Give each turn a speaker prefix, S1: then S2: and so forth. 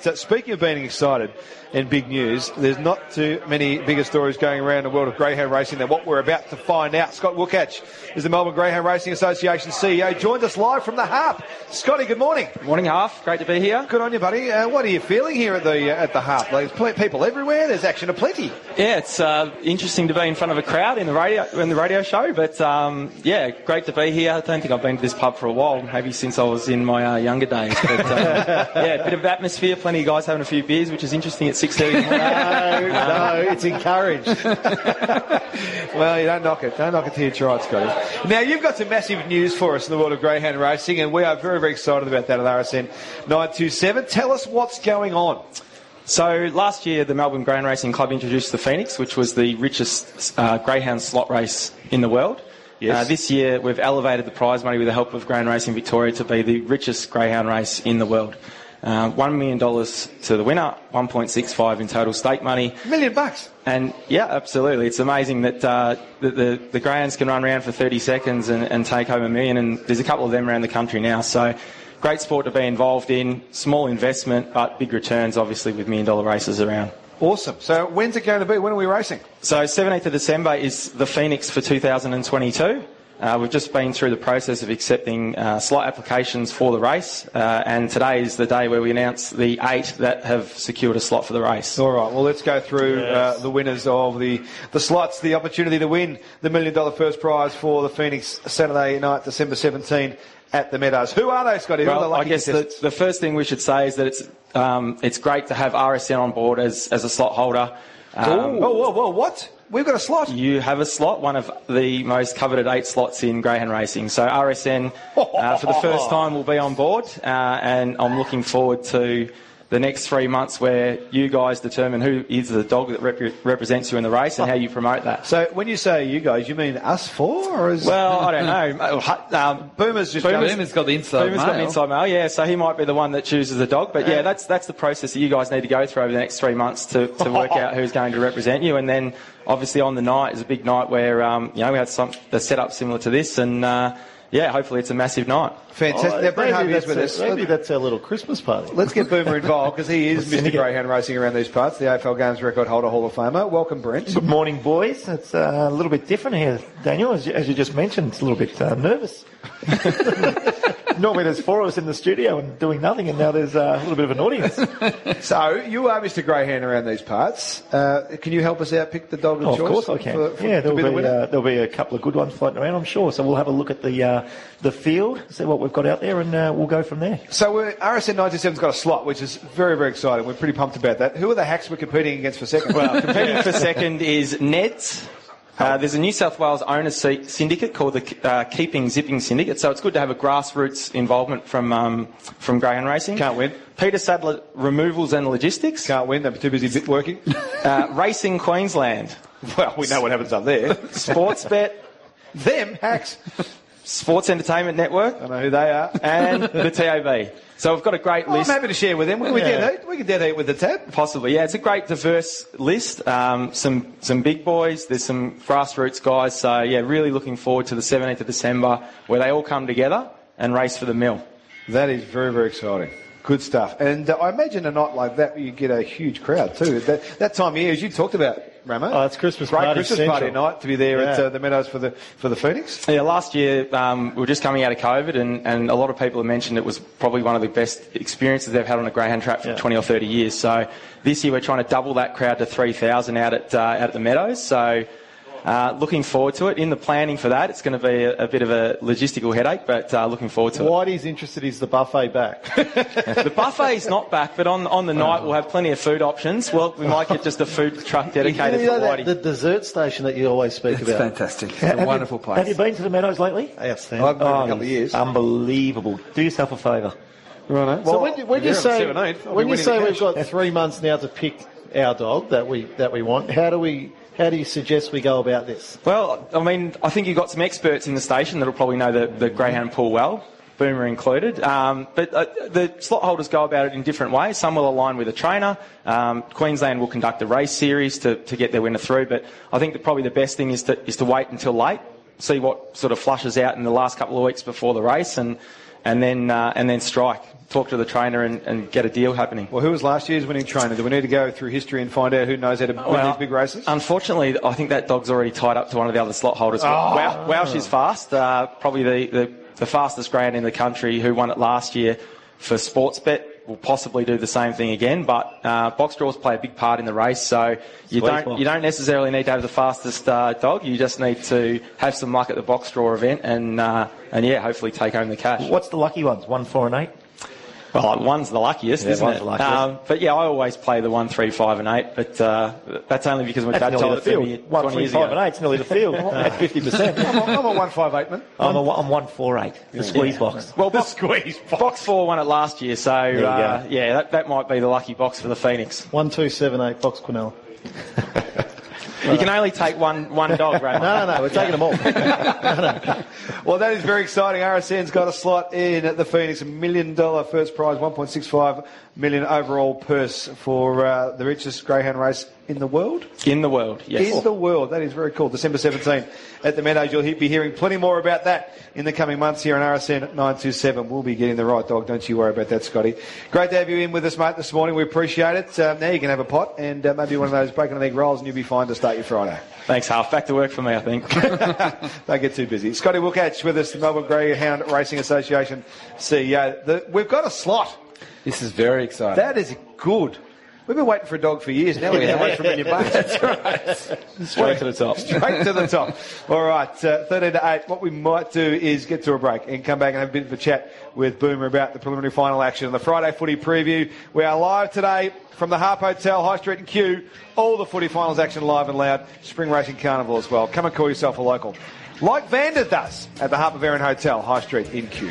S1: So speaking of being excited and big news, there's not too many bigger stories going around the world of greyhound racing than what we're about to find out. Scott Wilcatch is the Melbourne Greyhound Racing Association CEO, joins us live from the Harp. Scotty, good morning.
S2: Morning, Half. Great to be here.
S1: Good on you, buddy. Uh, what are you feeling here at the uh, at the Harp? Like, there's ple- people everywhere. There's action aplenty.
S2: Yeah, it's uh, interesting to be in front of a crowd in the radio in the radio show, but um, yeah, great to be here. I don't think I've been to this pub for a while, maybe since I was in my uh, younger days. But um, yeah, a bit of atmosphere, plenty of guys having a few beers, which is interesting at six thirty.
S3: No, no, it's encouraged.
S1: Well, you don't knock it. Don't knock it till you try it, Scotty. Now, you've got some massive news for us in the world of greyhound racing, and we are very, very excited about that at RSN 927. Tell us what's going on.
S2: So last year, the Melbourne Greyhound Racing Club introduced the Phoenix, which was the richest uh, greyhound slot race in the world.
S1: Yes.
S2: Uh, this year, we've elevated the prize money with the help of Greyhound Racing Victoria to be the richest greyhound race in the world. Uh, $1 million to the winner, 1.65 in total stake money.
S1: Million bucks.
S2: And yeah, absolutely. It's amazing that, uh, that the, the Greyhounds can run around for 30 seconds and, and take home a million. And there's a couple of them around the country now. So great sport to be involved in. Small investment, but big returns, obviously, with million dollar races around.
S1: Awesome. So, when's it going to be? When are we racing?
S2: So 17th of December is the Phoenix for 2022. Uh, we've just been through the process of accepting uh, slot applications for the race, uh, and today is the day where we announce the eight that have secured a slot for the race.
S1: All right. Well, let's go through uh, the winners of the the slots, the opportunity to win the million dollar first prize for the Phoenix Saturday night, December 17 at the Meadows. Who are they, Scotty? Who are the
S2: Well, I
S1: lucky
S2: guess the,
S1: contestants?
S2: the first thing we should say is that it's um, it's great to have RSN on board as, as a slot holder. Um,
S1: oh, whoa, whoa, what? We've got a slot.
S2: You have a slot, one of the most coveted eight slots in greyhound racing. So RSN, uh, for the first time, will be on board, uh, and I'm looking forward to the next three months where you guys determine who is the dog that repre- represents you in the race and how you promote that.
S1: So, when you say you guys, you mean us four, or is
S2: Well, I don't know. Hu- Um,
S1: Boomer's just
S2: Boomer's-
S1: done it.
S4: Boomer's got the inside
S2: Boomer's got an
S4: mail.
S2: inside mail, yeah. So he might be the one that chooses the dog. But yeah, that's that's the process that you guys need to go through over the next three months to, to work out who's going to represent you. And then obviously on the night is a big night where um, you know we had some a setup similar to this, and uh, yeah, hopefully it's a massive night.
S1: Fantastic. now, Brent Harvey is
S3: Oh, that's
S1: with us.
S3: our, maybe that's our little Christmas party.
S1: Let's get Boomer involved because he is Mr. Greyhound Racing around these parts, the AFL Games record holder, Hall of Famer. Welcome, Brent.
S3: Good morning, boys. It's uh, a little bit different here, Daniel. As you, as you just mentioned, it's a little bit uh, nervous. Normally, there's four of us in the studio and doing nothing, and now there's uh, a little bit of an audience.
S1: So you are Mr. Greyhound around these parts. Uh, can you help us out pick the dog of
S3: Oh, of
S1: choice?
S3: course, I can.
S1: for- for-
S3: yeah,
S1: to
S3: there'll
S1: be
S3: be,
S1: the winner?
S3: uh, there'll be a couple of good ones floating around, I'm sure. So we'll have a look at the uh, the field, see what we've got out there, and uh, we'll go from there.
S1: So we're, RSN 97's got a slot, which is very, very exciting. We're pretty pumped about that. Who are the hacks we're competing against for second? Well,
S2: Competing for second is Neds. Uh, there's a New South Wales owner sy- syndicate called the uh, Keeping Zipping Syndicate, so it's good to have a grassroots involvement from um, from greyhound racing.
S1: Can't win.
S2: Peter Sadler Removals and Logistics.
S1: can't win. They're too busy bit working.
S2: Uh, Racing Queensland,
S1: Well, we know what happens up there.
S2: Sportsbet,
S1: Them hacks.
S2: Sports Entertainment
S1: I
S2: Network,
S1: know who they are.
S2: and the TAB. So we've got a great
S1: Well, Oh, I'm
S2: list.
S1: happy to share with them. We, we,
S3: Yeah.
S1: did, we can dead eat with the tab.
S2: Possibly, yeah. It's a great diverse list. Um, some some big boys. There's some grassroots guys. So yeah, really looking forward to the 17th of December where they all come together and race for the mill.
S1: That is very, very exciting. Good stuff. And uh, I imagine a night like that, you get a huge crowd too. That, that time of year, as you talked about, Ramo.
S3: Oh, it's Christmas
S1: Great
S3: party
S1: Christmas
S3: central.
S1: party night to be there at
S3: Yeah.
S1: uh, the Meadows for the for the Phoenix.
S2: Yeah, last year um, we were just coming out of COVID, and, and a lot of people have mentioned it was probably one of the best experiences they've had on a greyhound track for
S3: Yeah.
S2: 20 or 30 years. So this year we're trying to double that crowd to 3,000 out at uh, out at the meadows. So. Uh, looking forward to it. In the planning for that, it's going to be a, a bit of a logistical headache, but uh, looking forward to it.
S3: Whitey's interested is the buffet back. Uh.
S2: The buffet's not back, but on on the night we'll have plenty of food options. Well, we might get just a food truck dedicated
S5: You know
S2: for
S5: that-
S2: Whitey.
S5: the dessert station that you always speak
S4: It's
S5: about.
S4: fantastic. It's a wonderful
S3: have you
S4: place.
S3: been to the Meadows lately? Oh,
S5: Outstanding.
S1: I've been a couple of years.
S3: Unbelievable. Do yourself a favour.
S1: Right.
S5: so when, you- when you say when you say we've got three months now to pick our dog that we that we want, how do we how do you suggest we go about this?
S2: Well, I mean, I think you've got some experts in the station that'll probably know the, the greyhound pool well, Boomer included. Um, but uh, the slot holders go about it in different ways. Some will align with a trainer. Um, Queensland will conduct a race series to, to get their winner through. But I think that probably the best thing is to is to wait until late, see what sort of flushes out in the last couple of weeks before the race, and and then uh, and then strike. Talk to the trainer and, and get a deal happening.
S1: Well, who was last year's winning trainer? Do we need to go through history and find out who knows how to win these big races?
S3: um,
S2: Unfortunately, I think that dog's already tied up to one of the other slot
S1: Oh.
S2: holders. Wow, wow, she's fast. Uh, probably the, the, the fastest greyhound in the country who won it last year for Sportsbet. Will possibly do the same thing again, but uh, box draws play a big part in the race. So you don't you don't necessarily need to have the fastest uh, dog. You just need to have some luck at the box draw event, and uh, and yeah, hopefully take home the cash.
S3: What's the lucky ones? One, four, and eight.
S2: Well, one's the luckiest, isn't
S3: one's
S2: it?
S3: the luckiest.
S2: Um, but yeah, I always play the one, three, five, and eight. But uh, that's only because my dad
S3: That's
S2: told
S3: nearly
S2: it
S3: the
S2: to me
S3: field. One,
S2: 20
S3: three,
S2: years
S3: five,
S2: ago.
S3: and eight's nearly the field at fifty percent.
S1: I'm a one five eight man.
S3: I'm, a, I'm one four eight. The squeeze box.
S2: Well, box, box four won it last year, so
S3: you
S2: uh,
S3: go.
S2: yeah, that, that might be the lucky box for the Phoenix.
S5: One, two, seven, eight, Box Quinella.
S2: You can only take one one dog, right?
S5: No, no, no, we're taking them all.
S1: Well, that is very exciting. RSN's got a slot in at the Phoenix, a million dollar first prize, 1.65 million overall purse for uh, the richest greyhound race in the world.
S2: In the world, yes.
S1: In the world, that is very cool. December 17 at the Meadows. You'll he- be hearing plenty more about that in the coming months here on RSN 927. We'll be getting the right dog. Don't you worry about that, Scotty. Great to have you in with us, mate, this morning. We appreciate it. Uh, now you can have a pot and uh, maybe one of those bacon and egg rolls, and you'll be fine to start your Friday.
S2: Thanks, Half. Back to work for me, I think.
S1: Don't get too busy. Scotty Wilcatch with us, the Melbourne Greyhound Racing Association CEO. The, we've got a slot.
S4: This is very exciting.
S1: That is good. We've been waiting for a dog for years. Now we can have one from in your butt.
S2: Straight to the top.
S1: Straight to the top. All right, uh, 13 to 8. What we might do is get to a break and come back and have a bit of a chat with Boomer about the preliminary final action and the Friday footy preview. We are live today from the Harp Hotel, High Street and Kew. All the footy finals action live and loud. Spring Racing Carnival as well. Come and call yourself a local. Like Vander does at the Harper Varian Hotel, High Street in Kew.